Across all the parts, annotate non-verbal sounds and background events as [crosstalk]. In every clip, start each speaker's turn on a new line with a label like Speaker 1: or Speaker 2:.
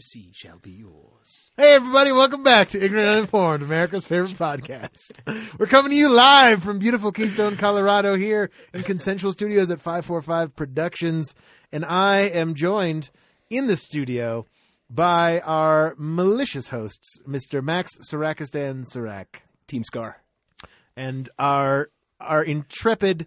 Speaker 1: see shall be yours.
Speaker 2: Hey, everybody, welcome back to Ignorant Uninformed, America's favorite podcast. We're coming to you live from beautiful Keystone, Colorado, here in Consensual Studios at 545 Productions. And I am joined in the studio by our malicious hosts, Mr. Max Sarakistan Sarak,
Speaker 1: Team Scar.
Speaker 2: and our our intrepid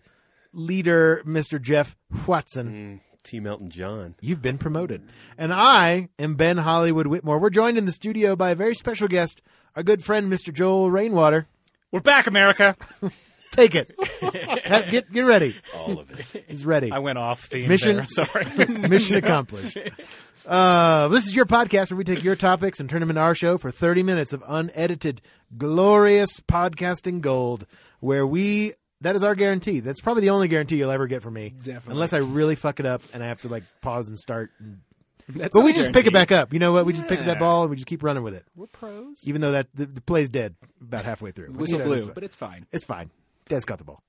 Speaker 2: leader, Mr. Jeff Watson.
Speaker 3: Team Elton John.
Speaker 2: You've been promoted. And I am Ben Hollywood Whitmore. We're joined in the studio by a very special guest, our good friend, Mr. Joel Rainwater.
Speaker 4: We're back, America.
Speaker 2: Take
Speaker 1: [laughs]
Speaker 2: it. Ha- get, get ready.
Speaker 3: All of it.
Speaker 2: He's ready.
Speaker 4: I went off the
Speaker 2: Mission-
Speaker 1: [laughs]
Speaker 4: mission. sorry.
Speaker 2: Mission accomplished. Uh, this is your podcast where we take your topics and turn them into our show for 30 minutes of unedited, glorious podcasting gold, where we. That is our guarantee. That's probably the only guarantee you'll ever get from me.
Speaker 1: Definitely.
Speaker 2: Unless I really fuck it up and I have to like pause and start. And,
Speaker 1: That's
Speaker 2: but
Speaker 1: not
Speaker 2: we just pick
Speaker 1: guaranteed.
Speaker 2: it back up. You know what? We just pick up
Speaker 1: Yeah.
Speaker 2: that ball and we just keep running with it.
Speaker 1: We're pros.
Speaker 2: even though that the, the play's dead about halfway through. But,
Speaker 1: Whistle
Speaker 2: you know, it's
Speaker 1: blew,
Speaker 2: fine.
Speaker 1: but it's fine.
Speaker 2: it's fine. Dad's got the
Speaker 3: [laughs]
Speaker 2: ball.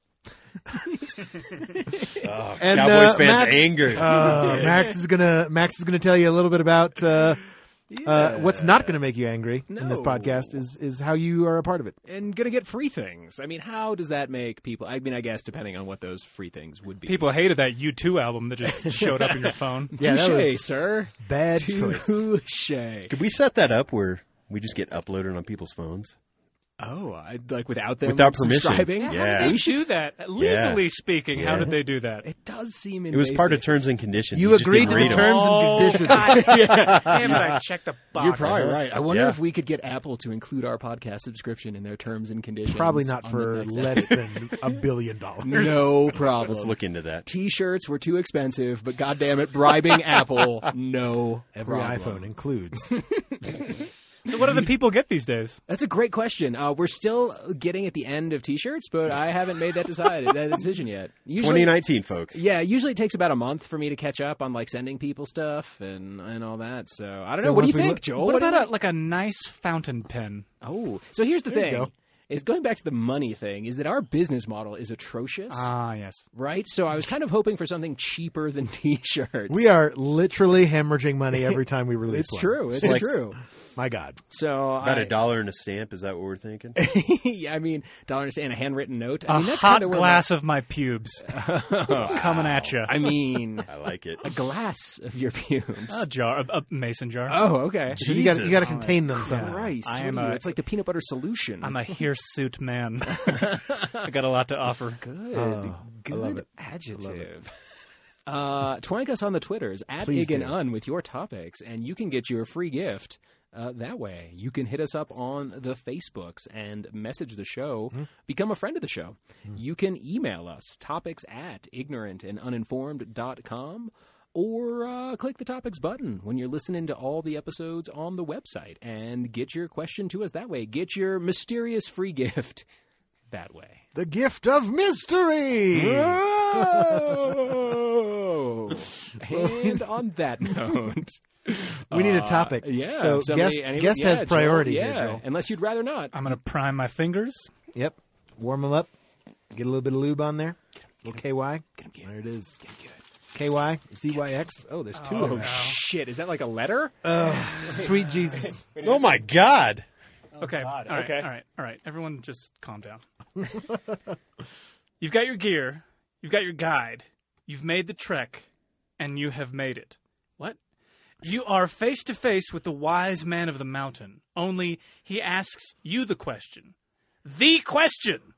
Speaker 3: Oh,
Speaker 2: [laughs] And,
Speaker 3: Cowboys
Speaker 2: uh,
Speaker 3: fans
Speaker 2: Max-
Speaker 3: angered.
Speaker 2: Uh, Max is gonna Max is gonna tell you a little bit about uh, uh, what's not gonna make you angry in this
Speaker 1: No.
Speaker 2: podcast is is how you are a part of it.
Speaker 1: And gonna get free things. I mean, how does that make people? I mean, I guess depending on what those free things would be.
Speaker 4: People hated that U2 album that [laughs] just showed up in your phone.
Speaker 2: Yeah, that
Speaker 1: touche,
Speaker 2: was-
Speaker 1: sir.
Speaker 2: Bad choice.
Speaker 1: Touche.
Speaker 3: [laughs] Could we set that up where we just get uploaded on people's phones?
Speaker 1: Oh, I like without them
Speaker 3: Without permission.
Speaker 1: subscribing.
Speaker 3: Yeah.
Speaker 4: They do that. Legally speaking, how
Speaker 3: Yeah.
Speaker 4: did they do that?
Speaker 1: It does seem.
Speaker 3: It was part of
Speaker 1: invasive.
Speaker 3: terms and conditions.
Speaker 2: You
Speaker 3: just
Speaker 2: agreed
Speaker 3: didn't
Speaker 2: to the
Speaker 3: read 'em.
Speaker 2: terms
Speaker 4: Oh,
Speaker 2: and conditions.
Speaker 4: God, [laughs] yeah. Damn it, I checked the box.
Speaker 1: You're probably right. I wonder
Speaker 3: Yeah.
Speaker 1: if we could get Apple to include our podcast subscription in their terms and conditions.
Speaker 2: Probably not
Speaker 1: on
Speaker 2: for
Speaker 1: the next
Speaker 2: less than a billion dollars.
Speaker 1: [laughs] No
Speaker 3: Let's
Speaker 1: problem.
Speaker 3: look
Speaker 2: [laughs]
Speaker 3: into that.
Speaker 1: T-shirts were too expensive, but goddamn it, bribing Apple, no
Speaker 2: Every
Speaker 1: problem.
Speaker 2: iPhone
Speaker 1: [laughs]
Speaker 2: includes.
Speaker 4: So, what do the people get these days?
Speaker 1: That's a great question. Uh, we're still getting at the end of T-shirts, but I haven't made that, decided,
Speaker 2: [laughs]
Speaker 1: that decision yet. Usually,
Speaker 3: 2019, folks.
Speaker 1: yeah, usually it takes about a month for me to catch up on like sending people stuff and and all that. So I don't
Speaker 2: So
Speaker 1: know. What do
Speaker 2: once
Speaker 1: you
Speaker 2: we
Speaker 1: think,
Speaker 2: look-
Speaker 1: Joel?
Speaker 4: What
Speaker 1: do you
Speaker 4: about a, like a nice fountain pen?
Speaker 1: Oh, so here's the
Speaker 2: you go.
Speaker 1: thing. Is going back to the money thing is that our business model is atrocious,
Speaker 4: Ah, yes.
Speaker 1: right? So I was kind of hoping for something cheaper than [laughs] t-shirts.
Speaker 2: we are literally hemorrhaging money every time we release.
Speaker 1: It's
Speaker 2: one.
Speaker 1: true. It's
Speaker 3: Like-
Speaker 1: true.
Speaker 2: My God,
Speaker 1: So
Speaker 3: About
Speaker 1: I,
Speaker 3: a dollar and a stamp. Is that what we're thinking?
Speaker 2: [laughs]
Speaker 1: [laughs] yeah, I mean, dollars and a handwritten note. I
Speaker 4: A
Speaker 1: mean, that's
Speaker 4: hot
Speaker 1: kind of
Speaker 4: glass of my pubes coming at you.
Speaker 1: I
Speaker 4: [laughs]
Speaker 1: mean,
Speaker 3: I like it.
Speaker 1: a glass of your [laughs] pubes.
Speaker 4: A jar, a, a mason jar.
Speaker 1: Oh, okay.
Speaker 2: you got you
Speaker 3: Jesus.
Speaker 2: got to contain them somehow.
Speaker 1: Christ,
Speaker 4: I
Speaker 1: what
Speaker 4: am
Speaker 1: are you?
Speaker 4: a-
Speaker 1: it's like the peanut butter solution.
Speaker 4: I'm a hirsute man. [laughs] I got a lot to offer.
Speaker 1: good, good
Speaker 2: Oh, love it.
Speaker 1: adjective. [laughs] Uh, twank us on the Twitters at
Speaker 2: Please
Speaker 1: Ig and
Speaker 2: do.
Speaker 1: Un with your topics, and you can get your free gift. Uh, that way, you can hit us up on the Facebooks and message the show,
Speaker 2: Hmm.
Speaker 1: become a friend of the show. You can email us topics at ignorantanduninformed.com or uh, click the topics button when you're listening to all the episodes on the website and get your question to us that way. Get your mysterious free [laughs] gift that way.
Speaker 2: The gift of mystery.
Speaker 1: Hmm. Oh. [laughs] and on
Speaker 2: [laughs]
Speaker 1: that note,
Speaker 2: We need a
Speaker 1: uh,
Speaker 2: topic.
Speaker 1: yeah.
Speaker 2: So
Speaker 1: somebody-
Speaker 2: guest-
Speaker 1: any-
Speaker 2: guest
Speaker 1: yeah,
Speaker 2: has
Speaker 1: Joel,
Speaker 2: priority here,
Speaker 1: Yeah,
Speaker 2: Joel. Oh,
Speaker 1: unless you'd rather not.
Speaker 4: I'm gonna prime my fingers.
Speaker 2: Yep. Warm them up. Get a little bit of lube on there. little KY. There it is. KY. ZYX. Oh, there's two.
Speaker 1: Oh
Speaker 2: of them.
Speaker 1: shit! Is that like a letter?
Speaker 2: Uh, Sweet
Speaker 1: [laughs]
Speaker 2: Jesus.
Speaker 3: Oh my God!
Speaker 4: Okay.
Speaker 1: Oh, God,
Speaker 4: all right,
Speaker 1: okay.
Speaker 4: All right. All right. Everyone, just calm down. [laughs] you've got your gear. You've got your guide. You've made the trek, and you have made it. What? You are face to face with the wise man of the mountain. Only he asks you the question. The question.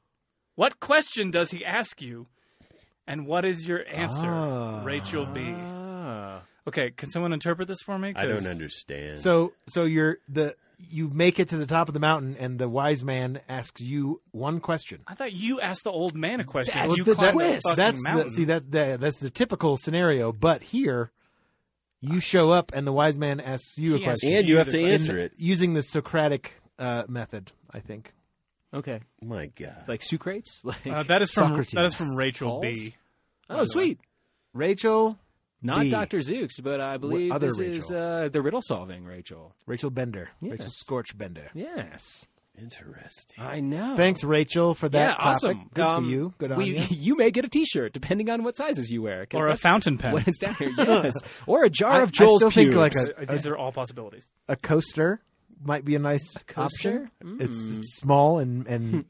Speaker 4: What question does he ask you? And what is your answer,
Speaker 2: Ah.
Speaker 4: Rachel B?
Speaker 1: Ah.
Speaker 4: Okay, can someone interpret this for me?
Speaker 3: I don't
Speaker 4: 'Cause-
Speaker 3: understand.
Speaker 2: So so you're the you make it to the top of the mountain and the wise man asks you one question.
Speaker 4: I thought you asked the old man a question.
Speaker 1: That's
Speaker 4: and you
Speaker 1: the
Speaker 4: climbed
Speaker 1: twist.
Speaker 4: fucking
Speaker 2: That's the,
Speaker 4: mountain.
Speaker 2: see that, that that's the typical scenario, but here you show up and the wise man asks you a
Speaker 4: He asks
Speaker 2: question
Speaker 3: and you have to
Speaker 4: Either
Speaker 3: answer it.
Speaker 2: using the Socratic uh, method, I think.
Speaker 1: Okay,
Speaker 3: My God.
Speaker 1: like Sucrates. [laughs] Like
Speaker 4: Uh, that is from
Speaker 2: Socrates.
Speaker 4: that is from Rachel
Speaker 1: Balls?
Speaker 4: B.
Speaker 1: oh, sweet.
Speaker 2: Rachel
Speaker 1: Not
Speaker 2: B.
Speaker 1: Doctor Zooks, but I believe
Speaker 2: other
Speaker 1: this is
Speaker 2: Rachel?
Speaker 1: uh, the riddle solving Rachel.
Speaker 2: Rachel Bender. Rachel
Speaker 1: Yes.
Speaker 2: Scorch Bender.
Speaker 1: Yes.
Speaker 3: Interesting.
Speaker 1: I know.
Speaker 2: Thanks, Rachel, for that
Speaker 1: Oh. yeah,
Speaker 2: topic.
Speaker 1: awesome.
Speaker 2: Good
Speaker 1: Um,
Speaker 2: for you. Good on
Speaker 1: we-
Speaker 2: you.
Speaker 1: [laughs] You may get a T-shirt depending on what sizes you wear, 'cause
Speaker 4: Or a
Speaker 1: that's
Speaker 4: fountain pen.
Speaker 1: When it's down here,
Speaker 2: [laughs]
Speaker 1: yes, or a jar
Speaker 2: I-
Speaker 1: of
Speaker 2: I
Speaker 1: Joel's
Speaker 2: still think, like,
Speaker 1: pubes.
Speaker 2: a-
Speaker 4: These are all possibilities.
Speaker 2: A coaster might be a nice
Speaker 1: coaster?
Speaker 2: option. It's, it's small and and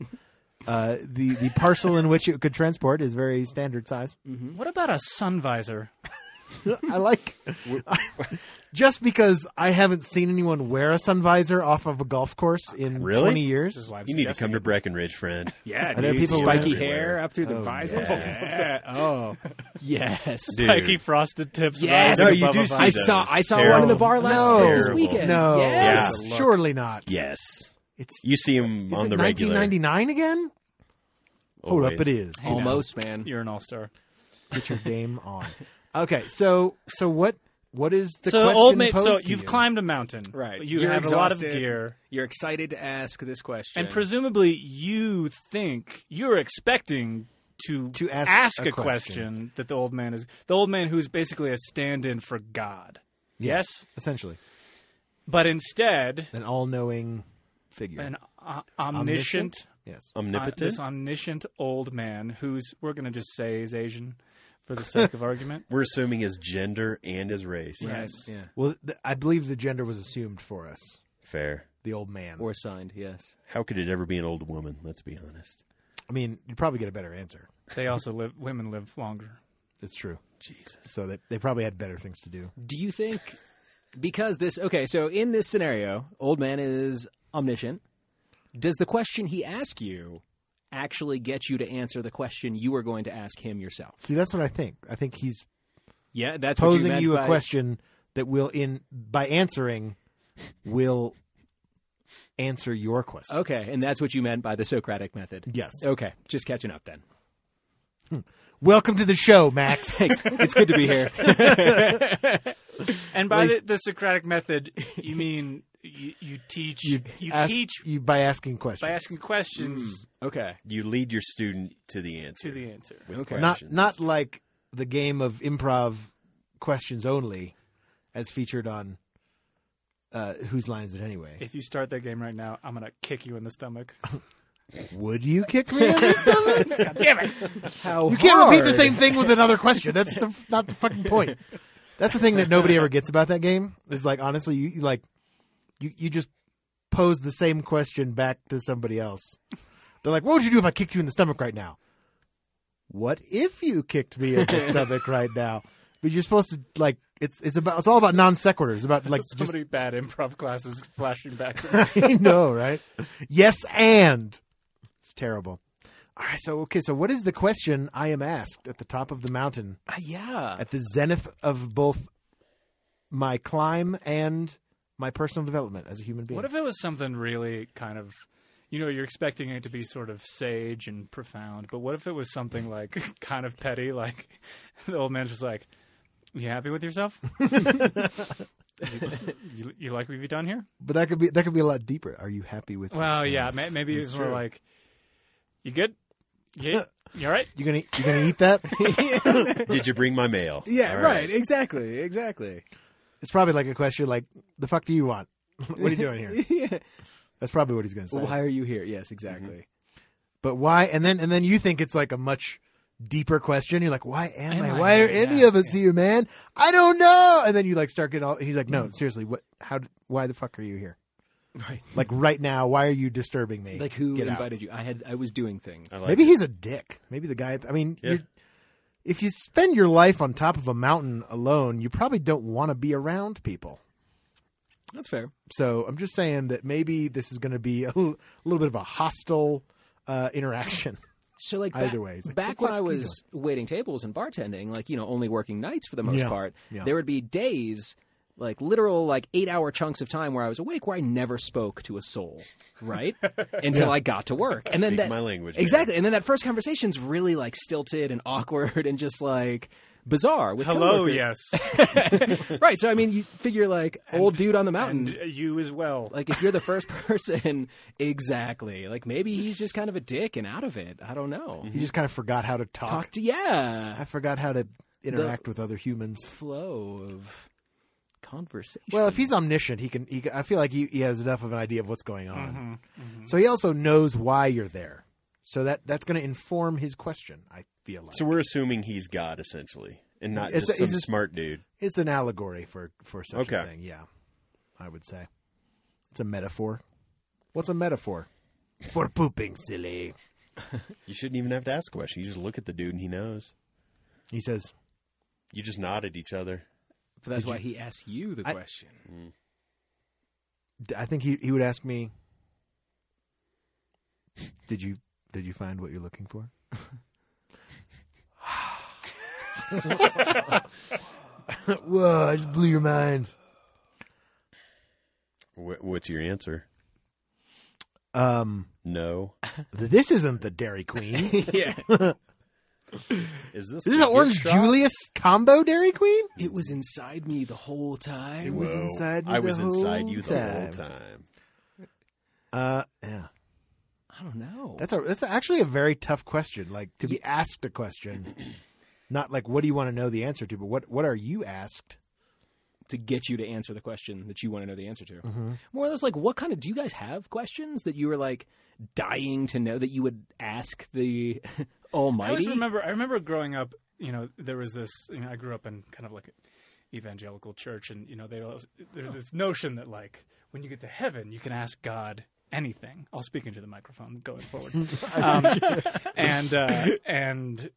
Speaker 2: uh, the the parcel in which it could transport is very standard size.
Speaker 4: What about a sun visor?
Speaker 2: I like just because I haven't seen anyone wear a sun visor off of a golf course in
Speaker 3: Really?
Speaker 2: 20
Speaker 4: This
Speaker 2: years.
Speaker 4: is why I'm
Speaker 3: You need to
Speaker 4: suggesting
Speaker 3: come to Breckenridge,
Speaker 2: [laughs]
Speaker 3: friend.
Speaker 1: yeah,
Speaker 2: there
Speaker 1: dude.
Speaker 2: people
Speaker 1: spiky
Speaker 3: wearing-
Speaker 1: hair up through the
Speaker 2: Oh,
Speaker 1: visors.
Speaker 3: yeah.
Speaker 1: Yeah.
Speaker 2: [laughs]
Speaker 1: Oh, yes.
Speaker 3: Dude.
Speaker 4: spiky frosted tips.
Speaker 1: Yes.
Speaker 4: rising
Speaker 1: No, you
Speaker 4: above
Speaker 3: do
Speaker 4: a
Speaker 3: see
Speaker 1: I
Speaker 4: visor.
Speaker 3: those.
Speaker 1: saw. I saw
Speaker 3: Terrible.
Speaker 1: one in the bar last
Speaker 2: No.
Speaker 1: this
Speaker 3: Terrible.
Speaker 1: weekend.
Speaker 2: No,
Speaker 1: Yes.
Speaker 3: Yeah.
Speaker 2: surely not.
Speaker 3: Yes.
Speaker 2: It's
Speaker 3: You see him
Speaker 2: is
Speaker 3: on
Speaker 2: it
Speaker 3: the regular.
Speaker 2: 1999 again? Hold up,
Speaker 3: Always.
Speaker 2: it is.
Speaker 4: Hey, now.
Speaker 1: Almost, man.
Speaker 4: [laughs] You're an all star.
Speaker 2: Get your game on. Okay, so so what what is the
Speaker 4: So
Speaker 2: question
Speaker 4: old mate.
Speaker 2: posed
Speaker 4: So
Speaker 2: to
Speaker 4: you've
Speaker 2: you?
Speaker 4: climbed a mountain.
Speaker 1: Right.
Speaker 4: You
Speaker 1: You're
Speaker 4: have a lot of
Speaker 1: exhausted.
Speaker 4: gear.
Speaker 1: You're excited to ask this question.
Speaker 4: And presumably, you think you're expecting to
Speaker 2: To ask a
Speaker 4: a,
Speaker 2: question.
Speaker 4: question that the old man is the old man who's basically a stand-in for God.
Speaker 2: Yeah.
Speaker 4: Yes,
Speaker 2: essentially
Speaker 4: but instead,
Speaker 2: an all-knowing figure.
Speaker 4: an o- omniscient,
Speaker 2: Yes.
Speaker 4: uh,
Speaker 3: Omnipotent.
Speaker 4: this omniscient old man who's we're going to just say is Asian for the sake of argument.
Speaker 3: We're assuming his gender and his race.
Speaker 1: Right.
Speaker 4: Yes.
Speaker 1: Yeah.
Speaker 2: Well, th- I believe the gender was assumed for us.
Speaker 3: Fair.
Speaker 2: The old man.
Speaker 1: Or signed. Yes.
Speaker 3: How could it ever be an old woman? Let's be honest.
Speaker 2: I mean, you'd probably get a better answer.
Speaker 4: They also live. Women live longer.
Speaker 2: It's true.
Speaker 3: Jesus.
Speaker 2: So they they probably had better things to do.
Speaker 1: Do you think because this okay, so in this scenario, old man is omniscient. Does the question he asks you actually get you to answer the question you were going to ask him yourself?
Speaker 2: See, that's what I think. I think he's
Speaker 1: Yeah, that's what
Speaker 2: posing
Speaker 1: meant
Speaker 2: you, a
Speaker 1: by-
Speaker 2: question that will in by answering will answer your question.
Speaker 1: Okay, and that's what you meant by the Socratic method.
Speaker 2: Yes.
Speaker 1: Okay, just catching up then.
Speaker 2: Welcome to the show, [laughs]
Speaker 1: [laughs]
Speaker 2: Max.
Speaker 1: Thanks. it's good to be here.
Speaker 4: And by the,
Speaker 2: least-
Speaker 4: the Socratic method, you mean you, you teach you,
Speaker 2: Ask-
Speaker 4: teach
Speaker 2: you by asking questions.
Speaker 4: by asking
Speaker 1: Mm.
Speaker 4: questions
Speaker 1: Okay.
Speaker 3: You lead your student to the answer.
Speaker 4: to the answer.
Speaker 3: with
Speaker 1: Okay.
Speaker 2: not
Speaker 3: questions.
Speaker 2: not like the game of improv questions only as featured on uh, whose line is it anyway?
Speaker 4: If you start that game right now, I'm gonna kick you in the stomach.
Speaker 2: Would you kick me in the stomach?
Speaker 4: [laughs] God damn it!
Speaker 1: How
Speaker 2: You can't repeat the
Speaker 1: hard.
Speaker 2: same thing with another question. That's the, not the fucking point. That's the thing that nobody ever gets about that game. Is like honestly, you, you like you you just pose the same question back to somebody else. They're like, "What would you do if I kicked you in the stomach right now?" What if you kicked me in the stomach right now? But you're supposed to like it's it's about it's all about non sequiturs. It's about like
Speaker 4: So
Speaker 2: just
Speaker 4: many bad improv classes flashing back. To
Speaker 2: [laughs]
Speaker 4: me.
Speaker 2: I know, right? Yes, and it's terrible. All right, so okay, so what is the question I am asked at the top of the mountain?
Speaker 1: Uh, yeah.
Speaker 2: at the zenith of both my climb and my personal development as a human being.
Speaker 4: What if it was something really kind of, you know, you're expecting it to be sort of sage and profound, but what if it
Speaker 1: [laughs]
Speaker 4: was something like [laughs] kind of petty? Like [laughs] the old man's just like, "You happy
Speaker 1: [laughs]
Speaker 4: with yourself? [laughs] you, you, you like what you've done here?"
Speaker 2: but that could be that could be a lot deeper. Are you happy with?
Speaker 4: Well,
Speaker 2: yourself?
Speaker 4: yeah, ma- maybe it's more
Speaker 1: true.
Speaker 4: like, "You good? You, you all right?"
Speaker 2: You gonna you gonna eat that? [laughs]
Speaker 3: Did you bring my mail?
Speaker 1: [laughs] Yeah,
Speaker 3: All
Speaker 1: Uh, right. Exactly. Exactly.
Speaker 2: it's probably like a question like, "The fuck do you want? [laughs] what are you doing
Speaker 4: [laughs]
Speaker 2: here?"
Speaker 1: [laughs] yeah. Mm-hmm.
Speaker 2: That's probably what he's gonna say.
Speaker 1: Why are you here? Yes, exactly.
Speaker 2: But why? And then and then you think it's like a much deeper question. You're like, "Why am,
Speaker 4: Am
Speaker 2: I?
Speaker 4: I
Speaker 2: Why are
Speaker 4: here?
Speaker 2: any
Speaker 4: Yeah,
Speaker 2: of us here, man? I don't know." And then you like start getting all. He's like,
Speaker 4: Mm.
Speaker 2: "No, seriously, what? How? d- Why the fuck are you here?
Speaker 1: Right.
Speaker 2: Like right now? Why are you disturbing me?
Speaker 1: Like who
Speaker 2: Get out.
Speaker 1: invited you? I had I was doing things.
Speaker 3: I like
Speaker 2: Maybe
Speaker 3: it.
Speaker 2: he's a dick. Maybe the guy. I mean,
Speaker 3: Yeah.
Speaker 2: you're- if you spend your life on top of a mountain alone, you probably don't want to be around people.
Speaker 1: That's fair.
Speaker 2: So I'm just saying that maybe this is going to be a l- little bit of a hostile uh, interaction. [laughs]
Speaker 1: So like
Speaker 2: Either
Speaker 1: back,
Speaker 2: way, it's like,
Speaker 1: back
Speaker 2: the
Speaker 1: when
Speaker 2: fuck
Speaker 1: I
Speaker 2: you
Speaker 1: was waiting tables and bartending, like you know, only working nights for the most
Speaker 2: Yeah.
Speaker 1: part,
Speaker 2: Yeah.
Speaker 1: there would be days, like literal like eight hour chunks of time where I was awake, where I never spoke to a soul,
Speaker 2: [laughs]
Speaker 1: right, until I got to work, and then
Speaker 3: Speak
Speaker 1: that
Speaker 3: my language, man.
Speaker 1: exactly, and then that first conversation's really like stilted and awkward and just like bizarre. With [laughs]
Speaker 4: Hello,
Speaker 1: coworkers. [laughs]
Speaker 4: yes,
Speaker 1: right. So I mean, you figure like old dude on the mountain.
Speaker 4: and uh, you as well.
Speaker 1: like if you're the first [laughs] person, exactly. Like maybe he's just kind of a dick and out of it. I don't know.
Speaker 2: You just kind of forgot how to talk.
Speaker 1: Talk to yeah.
Speaker 2: I forgot how to interact with other humans.
Speaker 1: flow of conversation.
Speaker 2: Well, if he's omniscient, he can. He, can- I feel like he, he has enough of an idea of what's going on.
Speaker 3: Mm-hmm.
Speaker 2: So he also knows why you're there. So that that's going to inform his question. I feel like
Speaker 3: So we're assuming he's God essentially, and not
Speaker 2: It's
Speaker 3: just
Speaker 2: a-
Speaker 3: some
Speaker 2: it's a-
Speaker 3: smart dude.
Speaker 2: it's an allegory for for such a
Speaker 3: Okay.
Speaker 2: thing. Yeah, I would say it's a metaphor. What's a metaphor? For pooping, silly.
Speaker 3: You shouldn't even have to ask a question. You just look at the dude and he knows.
Speaker 2: He says.
Speaker 3: You just nod at each other.
Speaker 1: but that's
Speaker 2: Did
Speaker 1: why he asked you the
Speaker 2: I-
Speaker 1: question. [laughs]
Speaker 2: D- I think he he would ask me. Did you did you find what you're looking for? [laughs] Whoa! I just blew your mind.
Speaker 3: Wh- what's your answer?
Speaker 2: Um,
Speaker 3: No.
Speaker 2: th- this isn't the Dairy Queen.
Speaker 1: yeah,
Speaker 3: Is this
Speaker 2: This [laughs] is
Speaker 3: the
Speaker 2: an Orange
Speaker 3: gift shop?
Speaker 2: Julius combo Dairy Queen.
Speaker 1: it was inside me the whole time.
Speaker 2: It was
Speaker 3: Whoa.
Speaker 2: inside me
Speaker 3: I
Speaker 2: the
Speaker 3: was inside
Speaker 2: whole
Speaker 3: you the
Speaker 2: time.
Speaker 3: whole time.
Speaker 2: Uh, yeah,
Speaker 1: I don't know.
Speaker 2: that's a that's actually a very tough question. Like to be asked a [clears throat] question, not like what do you want to know the answer to, but what what are you asked?
Speaker 1: to get you to answer the question that you want to know the answer to.
Speaker 2: Mm-hmm.
Speaker 1: More or less, like, what kind of do you guys have questions that you were like dying to know that you would ask the [laughs]
Speaker 4: I always
Speaker 1: Almighty?
Speaker 4: remember. I remember growing up. You know, there was this. You know, I grew up in kind of like a evangelical church, and you know, they always- there's this notion that like when you get to heaven, you can ask God anything. I'll speak into the microphone going forward. um, and uh, and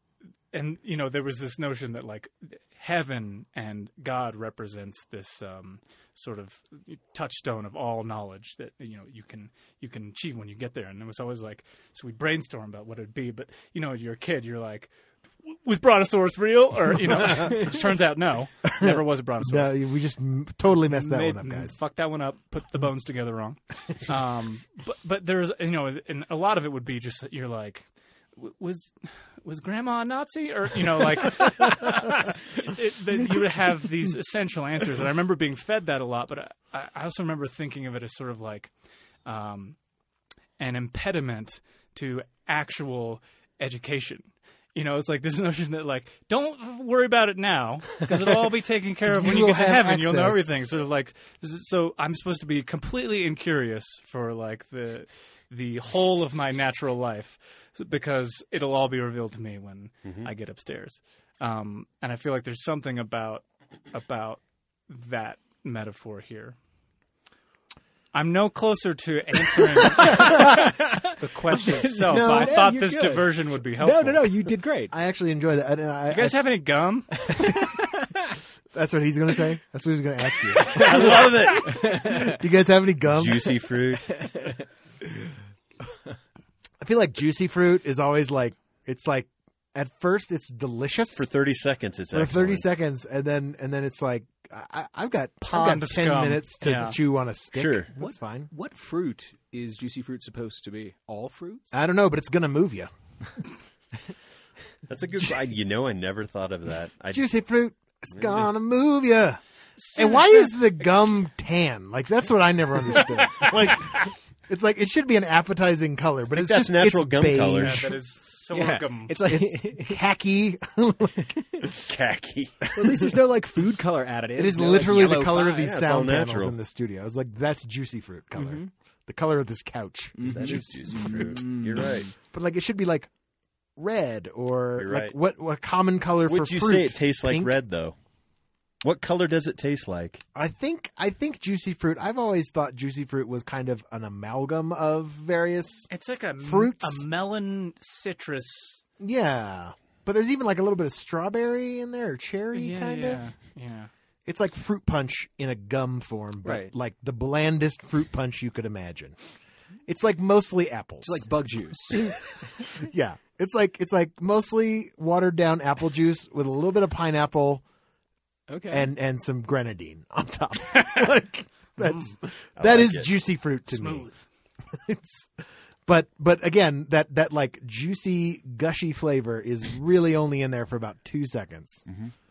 Speaker 4: and you know, there was this notion that like heaven and God represents this um, sort of touchstone of all knowledge that you know you can you can achieve when you get there. And it was always like, so we brainstorm about what it'd be. But you know, you're a kid, you're like, "W- was Brontosaurus real? Or you know, which turns out no, never was a Brontosaurus.
Speaker 2: No, we just m- totally messed that
Speaker 4: Made-
Speaker 2: one up, guys.
Speaker 4: mm, Fuck that one up. Put the bones together
Speaker 2: [laughs]
Speaker 4: wrong. Um, but but there's you know, and a lot of it would be just that you're like, "W- was was Grandma a Nazi or you know like it, that you would have these essential answers. And I remember being fed that a lot, but I, I also remember thinking of it as sort of like um, an impediment to actual education. You know, it's like this [laughs] notion that like don't worry about it now because it'll all be taken care of when
Speaker 2: [laughs] You
Speaker 4: you
Speaker 2: will
Speaker 4: get to
Speaker 2: have
Speaker 4: heaven. You'll know
Speaker 2: access.
Speaker 4: everything. Sort of like this is- so, I'm supposed to be completely incurious for like the the whole of my natural life because it'll all be revealed to me when I get upstairs. Um, and I feel like there's something about about that metaphor here. I'm no closer to answering the question itself.
Speaker 1: No,
Speaker 4: but I
Speaker 1: no,
Speaker 4: thought
Speaker 1: you're
Speaker 4: this
Speaker 1: good.
Speaker 4: diversion would be
Speaker 1: no,
Speaker 4: helpful.
Speaker 1: no, no. You did great.
Speaker 2: [laughs] I actually enjoy that. And I,
Speaker 4: You guys have any gum?
Speaker 2: I- that's what he's going to say. That's what he's going to ask [laughs] you.
Speaker 3: I love
Speaker 2: [laughs]
Speaker 3: it.
Speaker 2: Do you guys have any gum? [laughs]
Speaker 3: Juicy fruit.
Speaker 2: I feel like juicy fruit is always like it's like at first it's delicious
Speaker 3: For 30 seconds, it's
Speaker 2: for
Speaker 3: excellent.
Speaker 2: thirty seconds, and then and then it's like I- I, I've got I've
Speaker 4: Pond
Speaker 2: got ten
Speaker 4: scum.
Speaker 2: minutes to
Speaker 4: Yeah.
Speaker 2: chew on a stick.
Speaker 3: Sure.
Speaker 2: that's
Speaker 1: What-
Speaker 2: fine.
Speaker 1: What fruit is juicy fruit supposed to be? All fruits?
Speaker 2: I don't know, but it's going to move you.
Speaker 3: That's a good I, You know, I never thought of that. I [laughs]
Speaker 2: Juicy fruit, it's going to move you. And why is the gum tan? Like that's what I never
Speaker 3: [laughs]
Speaker 2: understood. like [laughs] it's like it should be an appetizing color, but it's
Speaker 3: that's
Speaker 2: just
Speaker 3: natural
Speaker 2: it's
Speaker 3: gum
Speaker 2: beige.
Speaker 3: color.
Speaker 4: Yeah, that is so
Speaker 1: yeah,
Speaker 4: gum.
Speaker 1: it's like
Speaker 2: It's
Speaker 1: [laughs] at
Speaker 3: [laughs]
Speaker 2: khaki.
Speaker 3: khaki.
Speaker 1: least there's no like food color added.
Speaker 2: It is
Speaker 1: No, like,
Speaker 2: literally the
Speaker 1: yellow
Speaker 2: color of
Speaker 1: five.
Speaker 2: these
Speaker 3: Yeah, it's all
Speaker 2: sound panels
Speaker 3: natural. Mm-hmm.
Speaker 2: in the studio. It's like that's juicy fruit color, the color of this couch.
Speaker 1: Mm-hmm.
Speaker 3: that Mm. is Mm-hmm. juicy fruit. Mm-hmm. You're right.
Speaker 2: But like it should be like red or
Speaker 3: You're
Speaker 2: like
Speaker 3: right.
Speaker 2: what what common color
Speaker 3: Would
Speaker 2: for
Speaker 3: you
Speaker 2: fruit?
Speaker 3: say it tastes like
Speaker 2: Pink?
Speaker 3: red, though? What color does it taste like?
Speaker 2: I think I think juicy fruit. I've always thought juicy fruit was kind of an amalgam of various.
Speaker 4: It's like a
Speaker 2: Fruits.
Speaker 4: a melon citrus.
Speaker 2: Yeah. But there's even like a little bit of strawberry in there or cherry
Speaker 4: Yeah,
Speaker 2: kind of.
Speaker 4: yeah, yeah.
Speaker 2: It's like fruit punch in a gum form, but
Speaker 1: Right.
Speaker 2: like the blandest fruit punch you could imagine. It's like mostly apples.
Speaker 1: It's like bug
Speaker 3: [laughs]
Speaker 1: juice.
Speaker 2: [laughs] Yeah. It's like it's like mostly watered down apple juice with a little bit of pineapple
Speaker 1: okay.
Speaker 2: and and some grenadine on top. [laughs] like that's that is
Speaker 3: it.
Speaker 2: juicy fruit to me.
Speaker 4: Smooth.
Speaker 2: [laughs] It's but but again that that like juicy gushy flavor is really only in there for about 2 seconds.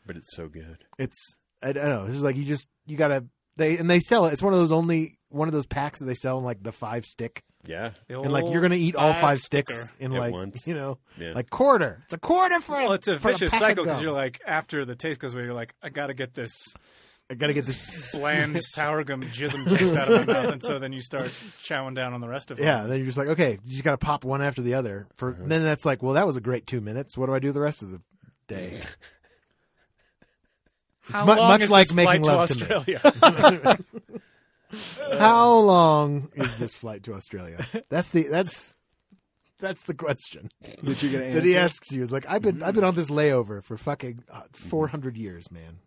Speaker 3: But it's so good.
Speaker 2: It's I don't know. It's just like you just you got to they and they sell it. It's one of those only one of those packs that they sell in like the 5 stick
Speaker 3: Yeah.
Speaker 2: and like you're going to eat all 5 sticks in
Speaker 3: At
Speaker 2: like
Speaker 3: once.
Speaker 2: you know
Speaker 3: Yeah.
Speaker 2: like quarter. It's a quarter for a-
Speaker 4: Well, it's a
Speaker 2: for
Speaker 4: vicious
Speaker 2: pack of
Speaker 4: cycle because
Speaker 2: gum.
Speaker 4: you're like after the taste goes away, you're like, I gotta get this
Speaker 2: I gotta get this. [laughs]
Speaker 4: bland sourgum jism taste out of my mouth, and so then you start chowing down on the rest of it.
Speaker 2: Yeah, then you're just like, okay, you just gotta pop one after the other. For then that's like, well, that was a great two minutes. What do I do the rest of the day?
Speaker 4: How
Speaker 2: mu-
Speaker 4: long
Speaker 2: much
Speaker 4: is
Speaker 2: like
Speaker 4: this
Speaker 2: making
Speaker 4: flight to
Speaker 2: love to me.
Speaker 4: Australia?
Speaker 2: [laughs] How long is this flight to Australia? That's the that's that's the question
Speaker 3: That you're
Speaker 1: [laughs]
Speaker 3: gonna
Speaker 2: that he asks you. It's like I've been I've been on this layover for fucking uh, 400 years, man.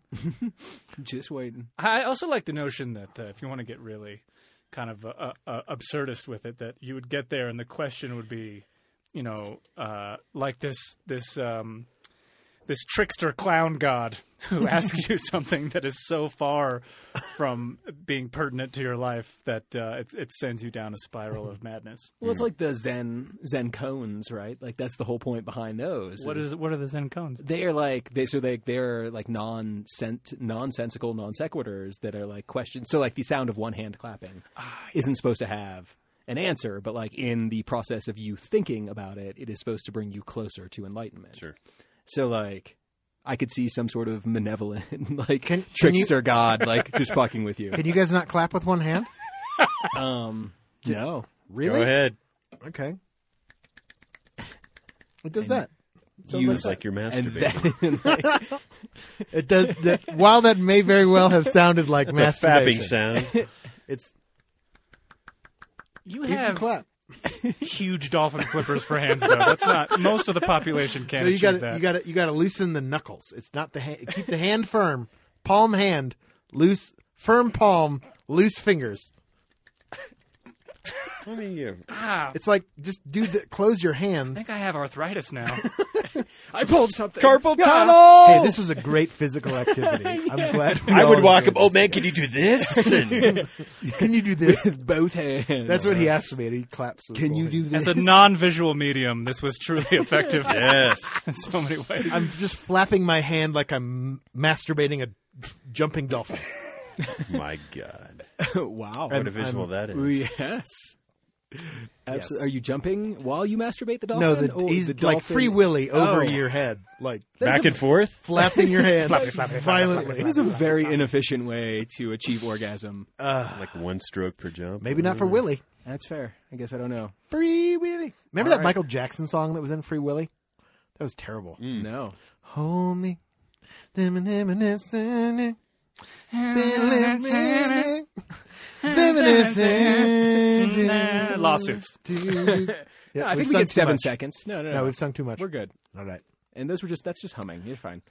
Speaker 1: Just waiting.
Speaker 4: I also like the notion that uh, if you want to get really kind of uh, uh, uh, absurdist with it, that you would get there and the question would be, you know, uh, like this this um, this trickster clown god [laughs] who asks you something that is so far from being pertinent to your life that uh, it, it sends you down a spiral of madness.
Speaker 1: Well, it's like the Zen Zen cones, right? Like that's the whole point behind those.
Speaker 4: What is what are the Zen cones?
Speaker 1: they are like they so they they're like non nonsensical non sequiturs that are like questions. So like the sound of one hand clapping isn't supposed to have an answer, but like in the process of you thinking about it, it is supposed to bring you closer to enlightenment.
Speaker 3: Sure.
Speaker 1: So like. I could see some sort of malevolent, [laughs] like
Speaker 2: Can- can
Speaker 1: trickster god, like
Speaker 2: [laughs]
Speaker 1: just fucking with you.
Speaker 2: Can you guys not clap with one hand?
Speaker 1: Um, no,
Speaker 2: Really?
Speaker 3: Go ahead.
Speaker 2: Okay. It does
Speaker 1: And
Speaker 2: that. Sounds
Speaker 1: you-
Speaker 2: like
Speaker 3: It's
Speaker 2: that.
Speaker 3: like you're
Speaker 1: and
Speaker 3: masturbating.
Speaker 1: then,
Speaker 2: [laughs]
Speaker 1: [laughs]
Speaker 2: It does. That, while that may very well have sounded
Speaker 3: [laughs]
Speaker 2: like
Speaker 3: That's a
Speaker 2: masturbation,
Speaker 3: fapping sound.
Speaker 2: [laughs] it's
Speaker 4: You
Speaker 2: you can
Speaker 4: have
Speaker 2: clap.
Speaker 4: huge dolphin flippers for hands, though. That's not most of the population can't
Speaker 2: No, you got
Speaker 4: achieve that.
Speaker 2: to you got to you got to loosen the knuckles. It's not the hand. Keep the hand firm, palm hand, loose, firm palm, loose fingers.
Speaker 3: Let me, uh,
Speaker 4: ah,
Speaker 2: It's like just do the, close your
Speaker 4: I
Speaker 2: hand.
Speaker 4: think I have arthritis now.
Speaker 1: I pulled something.
Speaker 3: carpal tunnel.
Speaker 2: Hey, this was a great physical activity. I'm glad. we
Speaker 3: I
Speaker 2: all
Speaker 3: would walk up.
Speaker 2: enjoyed
Speaker 3: Oh
Speaker 2: this
Speaker 3: man, can you
Speaker 2: [laughs]
Speaker 3: do this? And
Speaker 2: together. Can you do
Speaker 3: [laughs]
Speaker 2: this?
Speaker 1: [laughs] with both hands.
Speaker 2: That's what he asked me. and He claps. with
Speaker 1: Can
Speaker 2: both
Speaker 1: you
Speaker 2: hands.
Speaker 1: do this?
Speaker 4: [laughs] As a non-visual medium, this was truly [laughs] effective
Speaker 3: yes.
Speaker 4: in so many ways.
Speaker 2: I'm just flapping my hand like I'm masturbating a jumping dolphin.
Speaker 3: My God,
Speaker 1: [laughs] wow.
Speaker 3: what a visual that is.
Speaker 1: [laughs] Yes. Absolutely. Are you jumping while you masturbate the dolphin?
Speaker 2: No, the,
Speaker 1: Or
Speaker 2: he's
Speaker 1: the
Speaker 2: like
Speaker 1: dolphin-
Speaker 2: Free Willy
Speaker 1: Oh.
Speaker 2: over your head, like
Speaker 1: That's
Speaker 3: Back
Speaker 1: a-
Speaker 3: and forth.
Speaker 2: [laughs] flapping your hand
Speaker 4: Flappy, flappy, flappy,
Speaker 2: violently.
Speaker 1: That is a very inefficient way to achieve orgasm.
Speaker 3: Like one stroke per jump.
Speaker 2: Maybe not for Willy.
Speaker 1: That's fair. I guess I don't know.
Speaker 2: Free Willy. Remember that
Speaker 4: right.
Speaker 2: Michael Jackson song that was in Free Willy? That was terrible.
Speaker 1: No.
Speaker 2: Homie.
Speaker 1: [laughs]
Speaker 2: [laughs] Lawsuits.
Speaker 4: Eh, Lawsuits.
Speaker 1: [laughs] No, I think we get seven seconds. No, no, no.
Speaker 2: No, we've sung too much.
Speaker 1: We're good.
Speaker 2: All right.
Speaker 1: And those were just that's just humming. You're fine.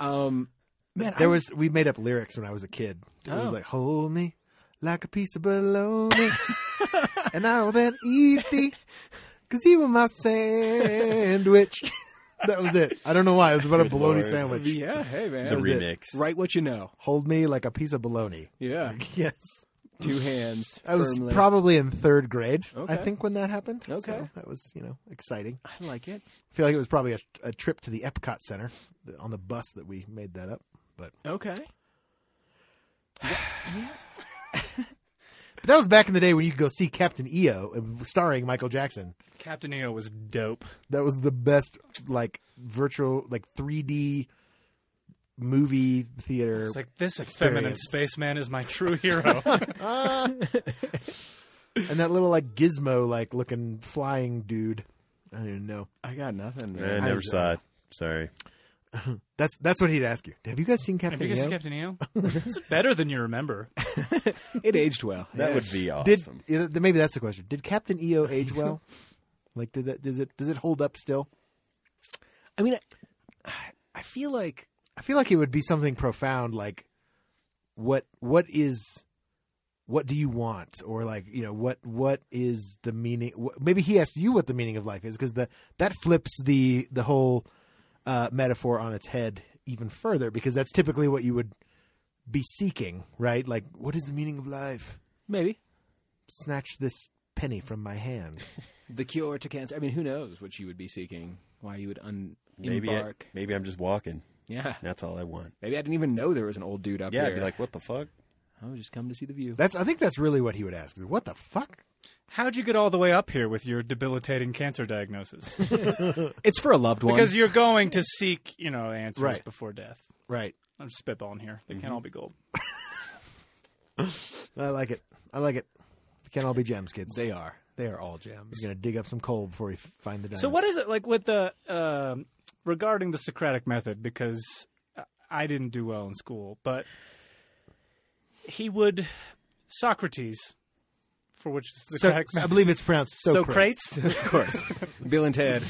Speaker 1: um, man,
Speaker 2: There
Speaker 1: I-
Speaker 2: was we made up lyrics when I was a kid. It was
Speaker 1: Oh.
Speaker 2: like hold me like a piece of bologna, [laughs] and I will then eat thee, [laughs] cause you were my sandwich. [laughs] that was it. I don't know why it was about a
Speaker 3: Good
Speaker 2: bologna
Speaker 3: Lord.
Speaker 2: sandwich.
Speaker 1: yeah. Hey, man.
Speaker 3: the
Speaker 1: That was it.
Speaker 3: remix.
Speaker 1: Write what you know.
Speaker 2: Hold me like a piece
Speaker 1: [laughs]
Speaker 2: of bologna.
Speaker 1: Yeah.
Speaker 2: [laughs] Yes,
Speaker 1: Two hands.
Speaker 2: I was
Speaker 1: firmly.
Speaker 2: probably in third grade. I
Speaker 1: Okay.
Speaker 2: think when that happened. So
Speaker 1: Okay.
Speaker 2: that was you know exciting. I
Speaker 1: I like it.
Speaker 2: feel like it was probably a, a trip to the Epcot Center the- on the bus that we made that up. But
Speaker 1: Okay.
Speaker 2: But that was back in the day when you could go see Captain EO and starring Michael Jackson.
Speaker 4: Captain EO was dope.
Speaker 2: That was the best like virtual like 3D movie theater.
Speaker 4: It's like this effeminate spaceman is my
Speaker 2: [laughs]
Speaker 4: true hero.
Speaker 2: and that little like gizmo like looking flying dude. I don't even know.
Speaker 1: I got nothing.
Speaker 3: I
Speaker 1: man.
Speaker 3: never
Speaker 2: was-
Speaker 3: saw it. Sorry.
Speaker 2: That's that's what he'd ask you. Have you guys seen
Speaker 4: Have
Speaker 2: Captain E
Speaker 4: you guys
Speaker 2: EO?
Speaker 4: seen
Speaker 2: [laughs]
Speaker 4: Captain EO? It's better than you remember.
Speaker 1: [laughs] It aged well.
Speaker 3: That
Speaker 1: Yeah.
Speaker 3: would be awesome.
Speaker 2: Did yeah, th- maybe that's the question. Did Captain EO age
Speaker 4: [laughs]
Speaker 2: well? like did that does it does it hold up still?
Speaker 1: I mean, I, I feel like
Speaker 2: I feel like it would be something profound like what what is what do you want or like you know what what is the meaning wh- maybe he asked you what the meaning of life is because the that flips the the whole uh, metaphor on its head even further because that's typically what you would be seeking right like what is the meaning of life
Speaker 1: maybe
Speaker 2: snatch this penny from my hand
Speaker 1: the cure to cancer. I mean, who knows what you would be seeking? Why you would un-
Speaker 3: Maybe I,
Speaker 1: embark?
Speaker 3: maybe I'm just walking.
Speaker 1: yeah,
Speaker 3: That's all I want.
Speaker 1: maybe I didn't even know there was an old dude up
Speaker 3: Yeah,
Speaker 1: here.
Speaker 3: I'd be like, what the fuck?
Speaker 1: I was just come to see the view.
Speaker 2: that's i think that's really what he would ask what the fuck
Speaker 4: How'd you get all the way up here with your debilitating cancer diagnosis?
Speaker 1: It's for a loved one.
Speaker 4: because you're going to seek, you know, answers
Speaker 2: Right. Mm-hmm.
Speaker 4: before death.
Speaker 2: Right.
Speaker 4: I'm spitballing here. They can't all be gold.
Speaker 2: I like it. I like it. We can't all be gems, kids.
Speaker 1: they are. They are all gems.
Speaker 2: You're gonna dig up some coal before we f- find the diamonds.
Speaker 4: So what is it like with the um regarding the Socratic method? Because I- I didn't do well in school, but he would Socrates, for which the
Speaker 2: So,
Speaker 4: Socratic
Speaker 2: I
Speaker 4: method,
Speaker 2: believe it's pronounced Socrates.
Speaker 4: Socrates,
Speaker 1: of [laughs] course. Bill and Ted.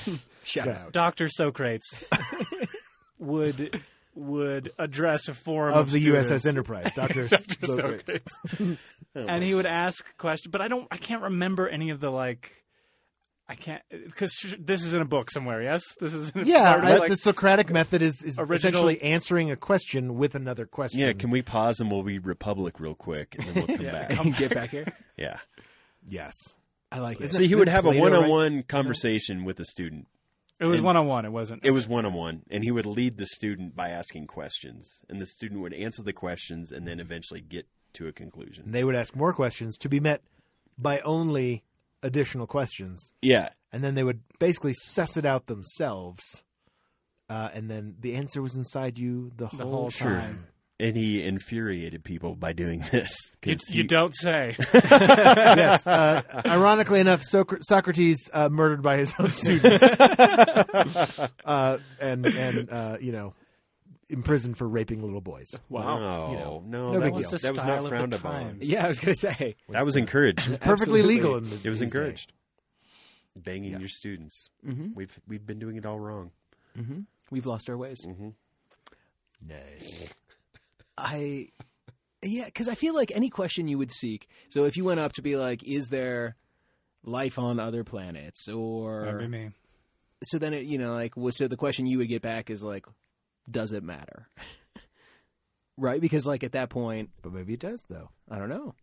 Speaker 1: Shout out.
Speaker 4: [laughs]
Speaker 2: [laughs]
Speaker 4: Doctor Socrates, would would address a forum of,
Speaker 2: of the
Speaker 4: students,
Speaker 2: USS [laughs]
Speaker 4: [laughs]
Speaker 2: Enterprise, Doctor Socrates. Oh,
Speaker 4: and he would ask questions. But I don't, I can't remember any of the like. I can't because this is in a book somewhere. Yes, this is in a
Speaker 2: Yeah,
Speaker 4: part of,
Speaker 2: I-
Speaker 4: like,
Speaker 2: the Socratic method is, is
Speaker 4: original-
Speaker 2: essentially answering a question with another question.
Speaker 3: Yeah, can we pause and we'll read Republic real quick and then we'll come
Speaker 1: [laughs]
Speaker 3: back.
Speaker 1: Get back here.
Speaker 3: Yeah.
Speaker 2: yes.
Speaker 1: I like it.
Speaker 3: So he would have a
Speaker 2: Plato, right?
Speaker 3: one-on-one conversation with the student.
Speaker 4: it was one on one. It wasn't.
Speaker 3: It was one-on-one, and he would lead the student by asking questions, and the student would answer the questions and then eventually get to a conclusion.
Speaker 2: And they would ask more questions to be met by only additional questions,
Speaker 3: Yeah,
Speaker 2: and then they would basically suss it out themselves. Uh, and then the answer was inside you the whole,
Speaker 4: the whole
Speaker 2: time.
Speaker 4: time.
Speaker 3: and he infuriated people by doing this. 'cause
Speaker 4: You, you
Speaker 3: he-
Speaker 4: don't
Speaker 2: [laughs]
Speaker 4: say.
Speaker 2: yes. [laughs] Uh, ironically enough, Socr- Socrates uh, murdered by his own students, uh, and and uh, you know, imprisoned for raping little boys.
Speaker 1: Wow.
Speaker 3: Wow,
Speaker 2: You know,
Speaker 3: no,
Speaker 2: no
Speaker 3: that
Speaker 2: big
Speaker 3: was
Speaker 2: deal.
Speaker 3: that was
Speaker 4: Style of
Speaker 3: not
Speaker 4: the
Speaker 3: frowned
Speaker 4: times.
Speaker 3: upon.
Speaker 1: Yeah, I was going to say.
Speaker 3: That was
Speaker 2: [laughs]
Speaker 3: encouraged.
Speaker 2: Perfectly
Speaker 1: Absolutely.
Speaker 2: legal. In the,
Speaker 3: It was
Speaker 2: these days.
Speaker 3: encouraged. Banging your students. We've we've been doing it all wrong.
Speaker 1: Mm-hmm,
Speaker 3: Mm-hmm.
Speaker 1: We've lost our ways.
Speaker 2: Nice.
Speaker 1: I, yeah, because I feel like any question you would seek. So if you went up to be like, is there life on other planets?
Speaker 4: That'd be
Speaker 1: Or.
Speaker 4: me.
Speaker 1: So then, it, you know, like, well, so the question you would get back is like, does it matter? [laughs] right? Because, like, at that point,
Speaker 2: But maybe it does though.
Speaker 1: I don't know.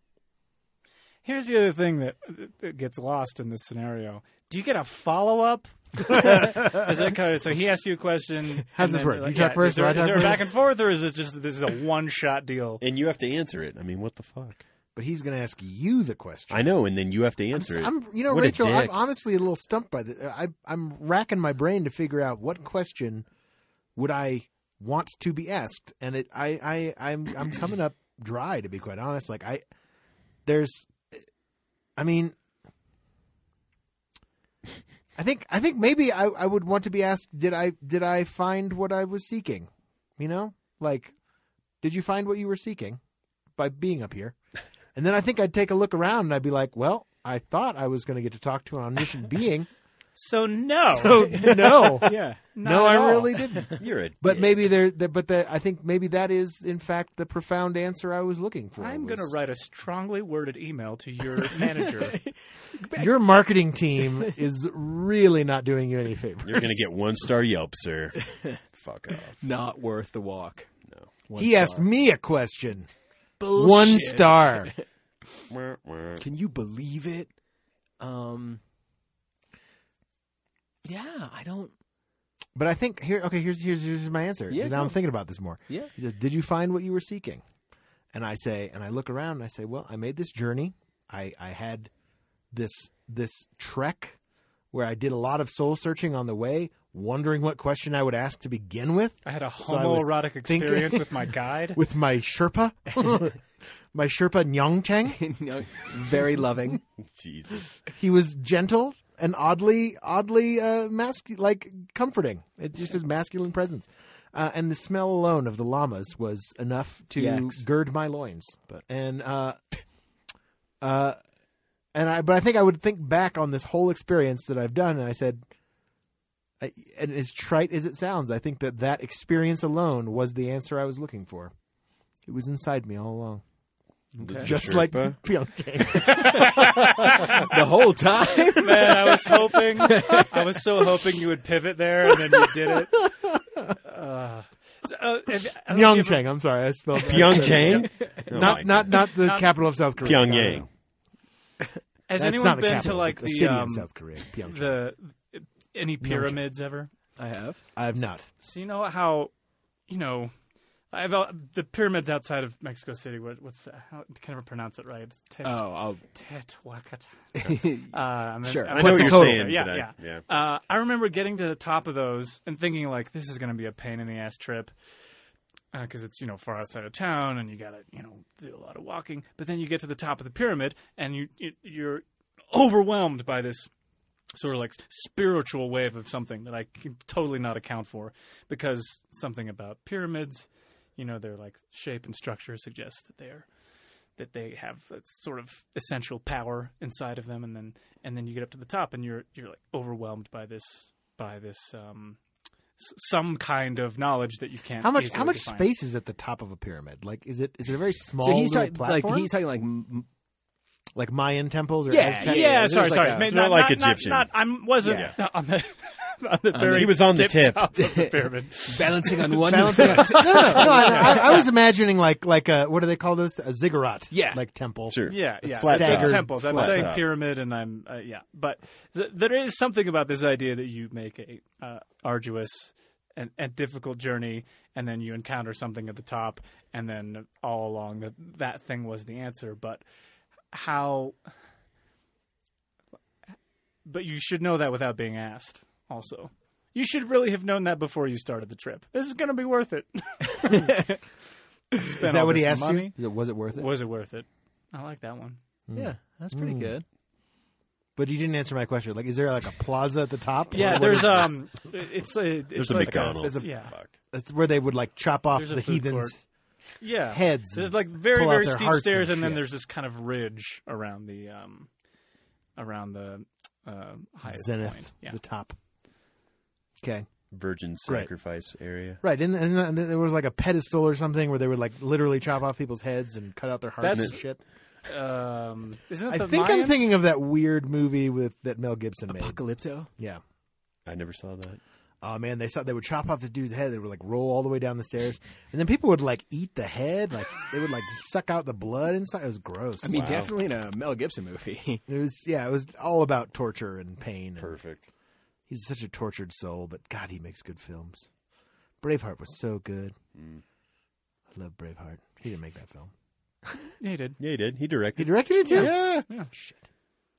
Speaker 4: Here's the other thing that, that gets lost in this scenario. Do you get a follow up? is that kind of, so he asks you a question.
Speaker 2: [laughs] How's
Speaker 4: and
Speaker 2: this
Speaker 4: then,
Speaker 2: work?
Speaker 4: like,
Speaker 2: You talk
Speaker 4: yeah,
Speaker 2: first,
Speaker 4: Is there,
Speaker 2: I
Speaker 4: is
Speaker 2: talk
Speaker 4: there a back
Speaker 2: first?
Speaker 4: and forth, or is it just this is a one shot deal?
Speaker 3: And you have to answer it. I mean, what the fuck?
Speaker 2: But he's going to ask you the question.
Speaker 3: I know, and then you have to answer it.
Speaker 2: I'm, you know,
Speaker 3: What a
Speaker 2: Rachel. I'm
Speaker 3: dick.
Speaker 2: honestly a little stumped by this. I, I'm racking my brain to figure out what question would I want to be asked, and it, I, I, I'm, I'm coming up dry to be quite honest. Like I, there's, I mean, I think, I think maybe I, I would want to be asked, did I, did I find what I was seeking? You know, like, did you find what you were seeking by being up here? And then I think I'd take a look around and I'd be like, well, I thought I was going to get to talk to an omniscient being.
Speaker 4: So no,
Speaker 2: [laughs] So
Speaker 4: [laughs]
Speaker 2: no,
Speaker 1: Yeah.
Speaker 4: Not
Speaker 2: no,
Speaker 4: at
Speaker 2: I
Speaker 4: all.
Speaker 2: really didn't.
Speaker 3: [laughs] You're a
Speaker 2: But
Speaker 3: dick.
Speaker 2: maybe there, the, but the, I think maybe that is in fact the profound answer I was looking for.
Speaker 4: I'm going to
Speaker 2: was-
Speaker 4: write a strongly worded email to [laughs] your manager.
Speaker 2: Your marketing team [laughs] is really not doing you any favors.
Speaker 3: You're gonna get one star Yelp, sir. Fuck off.
Speaker 1: [laughs] Not worth the walk. No. One
Speaker 2: He
Speaker 1: star.
Speaker 2: asked me a question.
Speaker 1: Bullshit.
Speaker 2: One star.
Speaker 3: Wah, wah.
Speaker 1: Can you believe it? Um, yeah, I don't.
Speaker 2: But I think here, okay, here's here's here's my answer.
Speaker 1: Yeah,
Speaker 2: now
Speaker 1: go.
Speaker 2: I'm thinking about this more.
Speaker 1: Yeah. [laughs]
Speaker 2: He says, "Did you find what you were seeking?" And I say, and I look around and I say, "Well, I made this journey. I I had this this trek where I did a lot of soul searching on the way, wondering what question I would ask to begin with
Speaker 4: I had a
Speaker 2: So I was
Speaker 4: homoerotic
Speaker 2: thinking-
Speaker 4: experience with my guide.
Speaker 2: with my Sherpa, [laughs] my Sherpa Nyang Chang.
Speaker 1: No, very loving.
Speaker 3: Jesus.
Speaker 2: He was gentle and oddly oddly uh, mascu- like comforting. It just his masculine presence." Uh, and the smell alone of the llamas was enough to
Speaker 1: Yikes.
Speaker 2: gird my loins.
Speaker 1: But-
Speaker 2: and uh, uh, and I, but I think I would think back on this whole experience that I've done, and I said, I, and as trite as it sounds, I think that that experience alone was the answer I was looking for. It was inside me all along, just like
Speaker 3: Sherpa?
Speaker 2: Pyeongchang.
Speaker 1: The whole time. [laughs]
Speaker 4: Man, I was hoping, I was so hoping you would pivot there, and then you did it. Uh, so, uh, if- [laughs] I don't know if you ever-
Speaker 2: Pyeongchang. I'm sorry, I spelled
Speaker 3: Pyeongchang? Oh my
Speaker 2: Not not Uh, not the capital of South Korea. No, no,
Speaker 3: Pyongyang.
Speaker 2: no.
Speaker 4: Has
Speaker 2: That's
Speaker 4: anyone
Speaker 2: not the
Speaker 4: been
Speaker 2: capital,
Speaker 4: to like
Speaker 2: but the, city
Speaker 4: um,
Speaker 2: in South Korea. Pyeongchang.
Speaker 4: the any pyramids ever?
Speaker 1: I have.
Speaker 2: I have not.
Speaker 4: So you know how you know I have uh, the pyramids outside of Mexico City. What, what's the, how can I ever pronounce it right? It's Tet-
Speaker 1: Oh, [laughs] I'll,
Speaker 4: Teotihuacan. Uh, I'm in-
Speaker 1: Sure.
Speaker 4: I'm
Speaker 3: I
Speaker 4: in
Speaker 3: know what you're
Speaker 4: Mexico.
Speaker 3: saying.
Speaker 4: Yeah,
Speaker 3: but I,
Speaker 4: yeah.
Speaker 3: yeah.
Speaker 4: Uh, I remember getting to the top of those and thinking like, this is going to be a pain in the ass trip because it's you know far outside of town and you got to you know do a lot of walking. But then you get to the top of the pyramid and you you- you're overwhelmed by this sort of like spiritual wave of something that I can totally not account for because something about pyramids, you know, their like shape and structure suggests that they're that they have that sort of essential power inside of them, and then and then you get up to the top and you're you're like overwhelmed by this by this um, s- some kind of knowledge that you can't.
Speaker 2: How much?
Speaker 4: easily
Speaker 2: How much
Speaker 4: define.
Speaker 2: space is at the top of a pyramid? Like, is it is it a very small
Speaker 1: so he's
Speaker 2: little
Speaker 1: talking like
Speaker 2: platform?
Speaker 1: he's talking like m-
Speaker 2: like Mayan temples or
Speaker 1: Yeah,
Speaker 2: Aztec?
Speaker 4: Yeah,
Speaker 1: There's
Speaker 4: sorry,
Speaker 1: like
Speaker 4: sorry.
Speaker 1: a-
Speaker 4: Maybe
Speaker 3: It's not like Egyptian.
Speaker 4: Not, I wasn't
Speaker 1: Yeah.
Speaker 4: not [laughs] on the on the very.
Speaker 3: He was on the tip.
Speaker 4: top of the pyramid.
Speaker 1: [laughs] balancing
Speaker 2: [laughs]
Speaker 1: on one
Speaker 2: Balancing
Speaker 1: foot.
Speaker 2: act. no, no, no, no, I, I- I was imagining like like a what do they call those? A ziggurat.
Speaker 1: Yeah.
Speaker 2: like temple.
Speaker 3: Sure.
Speaker 4: Yeah, yeah.
Speaker 3: flat
Speaker 4: Saying
Speaker 2: top.
Speaker 4: temples. I'm
Speaker 3: Flat
Speaker 4: saying
Speaker 3: top.
Speaker 4: pyramid, and I'm uh, yeah. But th- there is something about this idea that you make a uh, arduous and, and difficult journey, and then you encounter something at the top, and then all along that that thing was the answer. But how? But you should know that without being asked. Also, you should really have known that before you started the trip. This is going to be
Speaker 2: [laughs]
Speaker 4: worth it. [laughs]
Speaker 2: Is that what he asked you? Was it worth it?
Speaker 4: Was it worth it? I like that one.
Speaker 1: [laughs] Yeah, that's pretty
Speaker 2: Hmm.
Speaker 1: good.
Speaker 2: But you didn't answer my question. Like, is there like a plaza at the top? Or
Speaker 4: Yeah,
Speaker 2: what
Speaker 4: there's
Speaker 2: is this?
Speaker 4: um, it's a it's
Speaker 3: There's a
Speaker 4: like
Speaker 3: McDonald's.
Speaker 2: there's a-
Speaker 4: yeah.
Speaker 3: Fuck.
Speaker 2: It's where they would like chop off
Speaker 4: There's a
Speaker 2: the
Speaker 4: food
Speaker 2: heathens.
Speaker 4: court. yeah
Speaker 2: heads
Speaker 4: There's
Speaker 2: and
Speaker 4: like very
Speaker 2: pull out
Speaker 4: very
Speaker 2: their
Speaker 4: steep
Speaker 2: hearts
Speaker 4: stairs,
Speaker 2: and
Speaker 4: and then
Speaker 2: shit.
Speaker 4: there's this kind of ridge around the um, around the uh, highest
Speaker 2: zenith,
Speaker 4: point. Yeah,
Speaker 2: the top. Okay.
Speaker 3: Virgin
Speaker 2: Great.
Speaker 3: sacrifice area.
Speaker 2: Right, and, and then there was like a pedestal or something where they would like literally chop off people's heads and cut out their hearts
Speaker 4: That's-
Speaker 2: and shit.
Speaker 4: um, isn't it
Speaker 2: I
Speaker 4: the
Speaker 2: think I'm
Speaker 4: Mayans?
Speaker 2: thinking of that weird movie with that Mel Gibson made.
Speaker 1: Apocalypto.
Speaker 2: Yeah.
Speaker 3: I never saw that.
Speaker 2: Oh man, they saw they would chop off the dude's head. They would like roll all the way down the stairs, and then people would like eat the head. Like they would like suck out the blood inside. It was gross.
Speaker 1: I mean,
Speaker 3: Wow.
Speaker 1: definitely in a Mel Gibson movie. [laughs]
Speaker 2: it was yeah, it was all about torture and pain. and-
Speaker 3: Perfect.
Speaker 2: He's such a tortured soul, but God, he makes good films. Braveheart was so good. I love Braveheart. He didn't make that film.
Speaker 4: Yeah, he did.
Speaker 3: Yeah, he did. He
Speaker 2: He
Speaker 3: directed.
Speaker 2: directed it too.
Speaker 3: Yeah.
Speaker 4: Yeah.
Speaker 2: [laughs]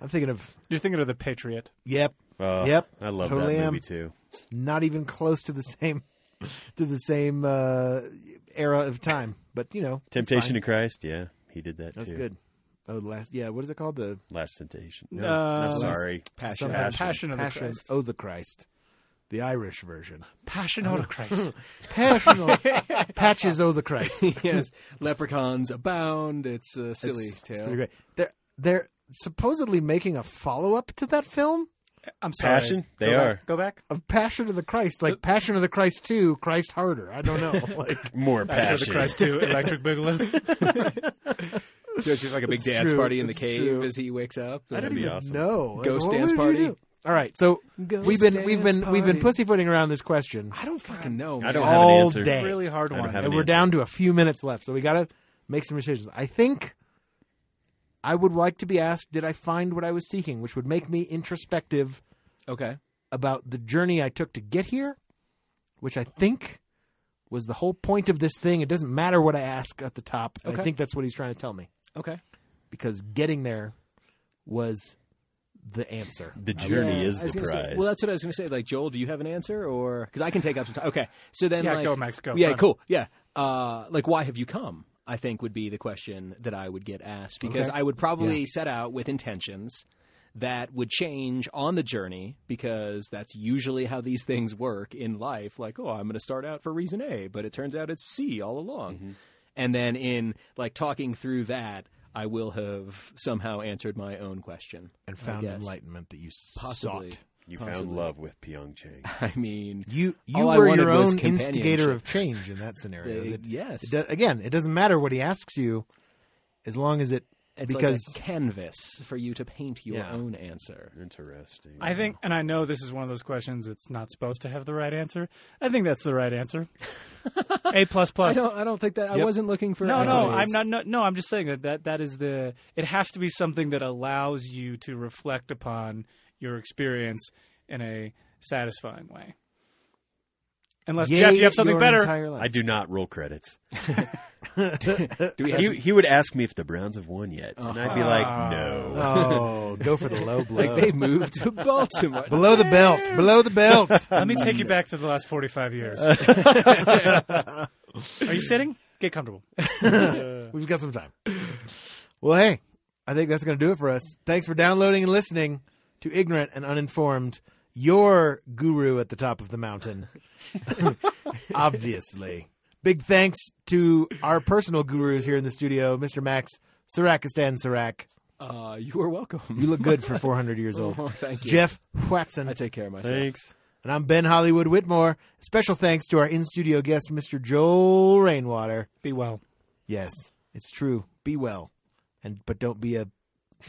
Speaker 2: I'm thinking of
Speaker 4: You're thinking of the Patriot.
Speaker 2: yep,
Speaker 3: Oh,
Speaker 2: Yep.
Speaker 3: I love
Speaker 2: Totally
Speaker 3: that
Speaker 2: am.
Speaker 3: movie too.
Speaker 2: not even close to the same to the same uh, era of time. But you know, it's
Speaker 3: Temptation
Speaker 2: fine.
Speaker 3: of Christ. Yeah, he did that
Speaker 2: That's
Speaker 3: too.
Speaker 2: good. Oh, the last yeah. What is it called? The
Speaker 3: Last Temptation. No,
Speaker 4: Uh,
Speaker 3: no, sorry.
Speaker 1: Passion.
Speaker 2: Some-
Speaker 4: Uh,
Speaker 3: Passion.
Speaker 4: Passion of the
Speaker 2: Passion.
Speaker 4: Christ.
Speaker 2: Oh, the Christ. The Irish version.
Speaker 4: Passion of
Speaker 2: [laughs]
Speaker 4: the Christ.
Speaker 2: Passion. [laughs] Patches. Oh, the Christ.
Speaker 1: [laughs] yes, leprechauns abound. It's a silly
Speaker 2: It's- it's
Speaker 1: tale.
Speaker 2: pretty great. They're they're supposedly making a follow up to that film.
Speaker 4: I'm sorry.
Speaker 3: Passion. They
Speaker 4: Go
Speaker 3: are
Speaker 4: Back, go back.
Speaker 2: of Passion of the Christ, like Passion of the Christ Two, Christ Harder. I don't know. [laughs] Like
Speaker 3: more
Speaker 4: Passion of the
Speaker 3: passion.
Speaker 4: Christ too. Electric
Speaker 2: [laughs]
Speaker 4: Boogaloo.
Speaker 1: So it's just like a big
Speaker 2: It's
Speaker 1: dance
Speaker 2: true,
Speaker 1: party in the
Speaker 2: it's
Speaker 1: cave
Speaker 2: true.
Speaker 1: as he wakes up.
Speaker 2: I
Speaker 1: and-
Speaker 2: don't
Speaker 3: be
Speaker 2: even
Speaker 3: awesome.
Speaker 2: know. Like,
Speaker 1: Ghost
Speaker 2: what
Speaker 1: dance
Speaker 2: would you
Speaker 1: party?
Speaker 2: do? All right, so
Speaker 1: Ghost
Speaker 2: we've been we've
Speaker 1: dance
Speaker 2: been we've been
Speaker 1: party.
Speaker 2: pussyfooting around this question
Speaker 1: I don't fucking know. Man.
Speaker 3: I don't have an
Speaker 2: all
Speaker 3: answer.
Speaker 2: day,
Speaker 4: Really hard
Speaker 3: I don't
Speaker 4: one.
Speaker 3: have
Speaker 2: and
Speaker 3: an
Speaker 2: we're
Speaker 3: answer.
Speaker 2: down to a few minutes left, so we gotta make some decisions. I think I would like to be asked, did I find what I was seeking, which would make me introspective
Speaker 1: Okay.
Speaker 2: about the journey I took to get here, which I think was the whole point of this thing. It doesn't matter what I ask at the top. and I
Speaker 1: Okay.
Speaker 2: think that's what he's trying to tell me.
Speaker 1: Okay.
Speaker 2: because getting there was the answer.
Speaker 3: The journey
Speaker 1: Yeah,
Speaker 3: is
Speaker 1: I was
Speaker 3: the
Speaker 1: gonna say-
Speaker 3: prize.
Speaker 1: well, that's what I was going to say. Like, Joel, do you have an answer, or because I can take up some time? Okay, so then,
Speaker 4: Yeah,
Speaker 1: like,
Speaker 4: go, Max, go.
Speaker 1: Yeah,
Speaker 4: Run.
Speaker 1: cool. Yeah, uh, like, why have you come? I think would be the question that I would get asked because I would probably set out with intentions that would change on the journey because that's usually how these things work in life. Like, oh, I'm going to start out for reason A, but it turns out it's C all along.
Speaker 3: Mm-hmm.
Speaker 1: And then in like talking through that, I will have somehow answered my own question
Speaker 2: And
Speaker 1: I
Speaker 2: found
Speaker 1: guess.
Speaker 2: enlightenment that you
Speaker 1: Possibly.
Speaker 2: sought.
Speaker 3: you found love with Pyeongchang. [laughs]
Speaker 1: [laughs] I mean,
Speaker 2: You you
Speaker 1: All I
Speaker 2: were
Speaker 1: wanted
Speaker 2: your
Speaker 1: was
Speaker 2: own instigator
Speaker 1: companionship.
Speaker 2: of change in that scenario.
Speaker 1: [laughs] Uh,
Speaker 2: That-
Speaker 1: yes.
Speaker 2: it do- again, it doesn't matter what he asks you, as long as it
Speaker 1: it's
Speaker 2: because
Speaker 1: like a canvas for you to paint your
Speaker 2: Yeah.
Speaker 1: own answer.
Speaker 3: Interesting.
Speaker 4: I think, and I know this is one of those questions that's not supposed to have the right answer. I think that's the
Speaker 2: [laughs]
Speaker 4: right answer. A plus
Speaker 1: I
Speaker 4: plus.
Speaker 1: don't. I don't think that. I
Speaker 2: Yep.
Speaker 1: wasn't looking for.
Speaker 4: No, no,
Speaker 1: evidence.
Speaker 4: I'm not. No, no, I'm just saying that, that that is the. It has to be something that allows you to reflect upon your experience in a satisfying way. Unless
Speaker 2: Yay,
Speaker 4: Jeff, you have something
Speaker 2: your
Speaker 4: better.
Speaker 2: entire life.
Speaker 3: I do not roll credits.
Speaker 1: Do we have
Speaker 3: He, he would ask me if the Browns have won yet, and I'd be like,
Speaker 4: Ah.
Speaker 3: no.
Speaker 2: Oh, go for the [laughs] low blow.
Speaker 1: like they moved
Speaker 4: [laughs]
Speaker 1: to Baltimore?
Speaker 2: below the belt. Below the
Speaker 1: [laughs]
Speaker 2: belt.
Speaker 4: Let me take you back to the last 45
Speaker 2: [laughs]
Speaker 4: years. Are you sitting? Get comfortable.
Speaker 2: We've got some time. Well, hey, I think that's going to do it for us. Thanks for downloading and listening to Ignorant and Uninformed, your guru at the top of the mountain. [laughs] Obviously. Big thanks to our personal gurus here in the studio, Mr. Max Sarakistan Sarak.
Speaker 1: Uh, you are welcome.
Speaker 2: You look good for 400 years old.
Speaker 1: Oh, [laughs] thank you.
Speaker 2: Jeff Watson.
Speaker 1: I take care of myself.
Speaker 3: Thanks.
Speaker 2: And I'm Ben Hollywood Whitmore. Special thanks to our in studio guest, Mr. Joel Rainwater.
Speaker 4: Be well.
Speaker 2: Yes, it's true. Be well, and but don't be a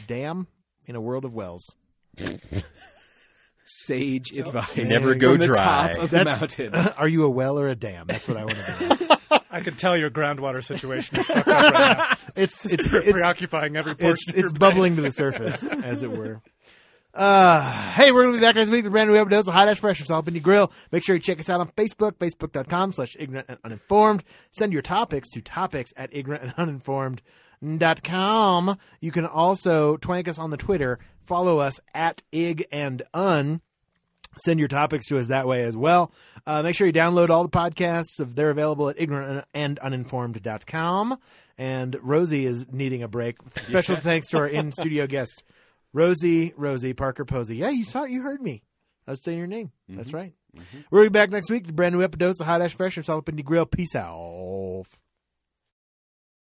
Speaker 2: dam in a world of wells.
Speaker 1: Sage advice.
Speaker 3: Never
Speaker 1: from
Speaker 3: go
Speaker 1: the
Speaker 3: dry.
Speaker 1: Top of the
Speaker 2: [laughs]
Speaker 1: mountain.
Speaker 2: Are you a well or a dam? That's what I [laughs] want to know.
Speaker 4: I can tell your groundwater situation is fucked up right now.
Speaker 2: It's it's
Speaker 4: You're
Speaker 2: it's
Speaker 4: preoccupying every portion
Speaker 2: it's,
Speaker 4: of your
Speaker 2: it's bubbling to the surface, as it were. Uh, hey, we're gonna be back next week with a brand new episode of Hot Ash Fresh Salt Jalapeno Grill. Make sure you check us out on Facebook, facebook.com slash ignorant and uninformed. Send your topics to topics at ignorant and uninformed dot com. You can also twank us on the Twitter, follow us at ig and un. send your topics to us that way as well. Uh, make sure you download all the podcasts. If they're available at ignorant and uninformed.com. And Rosie is needing a break. Special thanks to our in studio guest, Rosie, Rosie Parker Posey. Yeah, you saw it. You heard me. I was saying your name. That's right. We'll be back next week. with a brand new episode of Hot Ash Fresh and Jalapeno Grill. Peace out.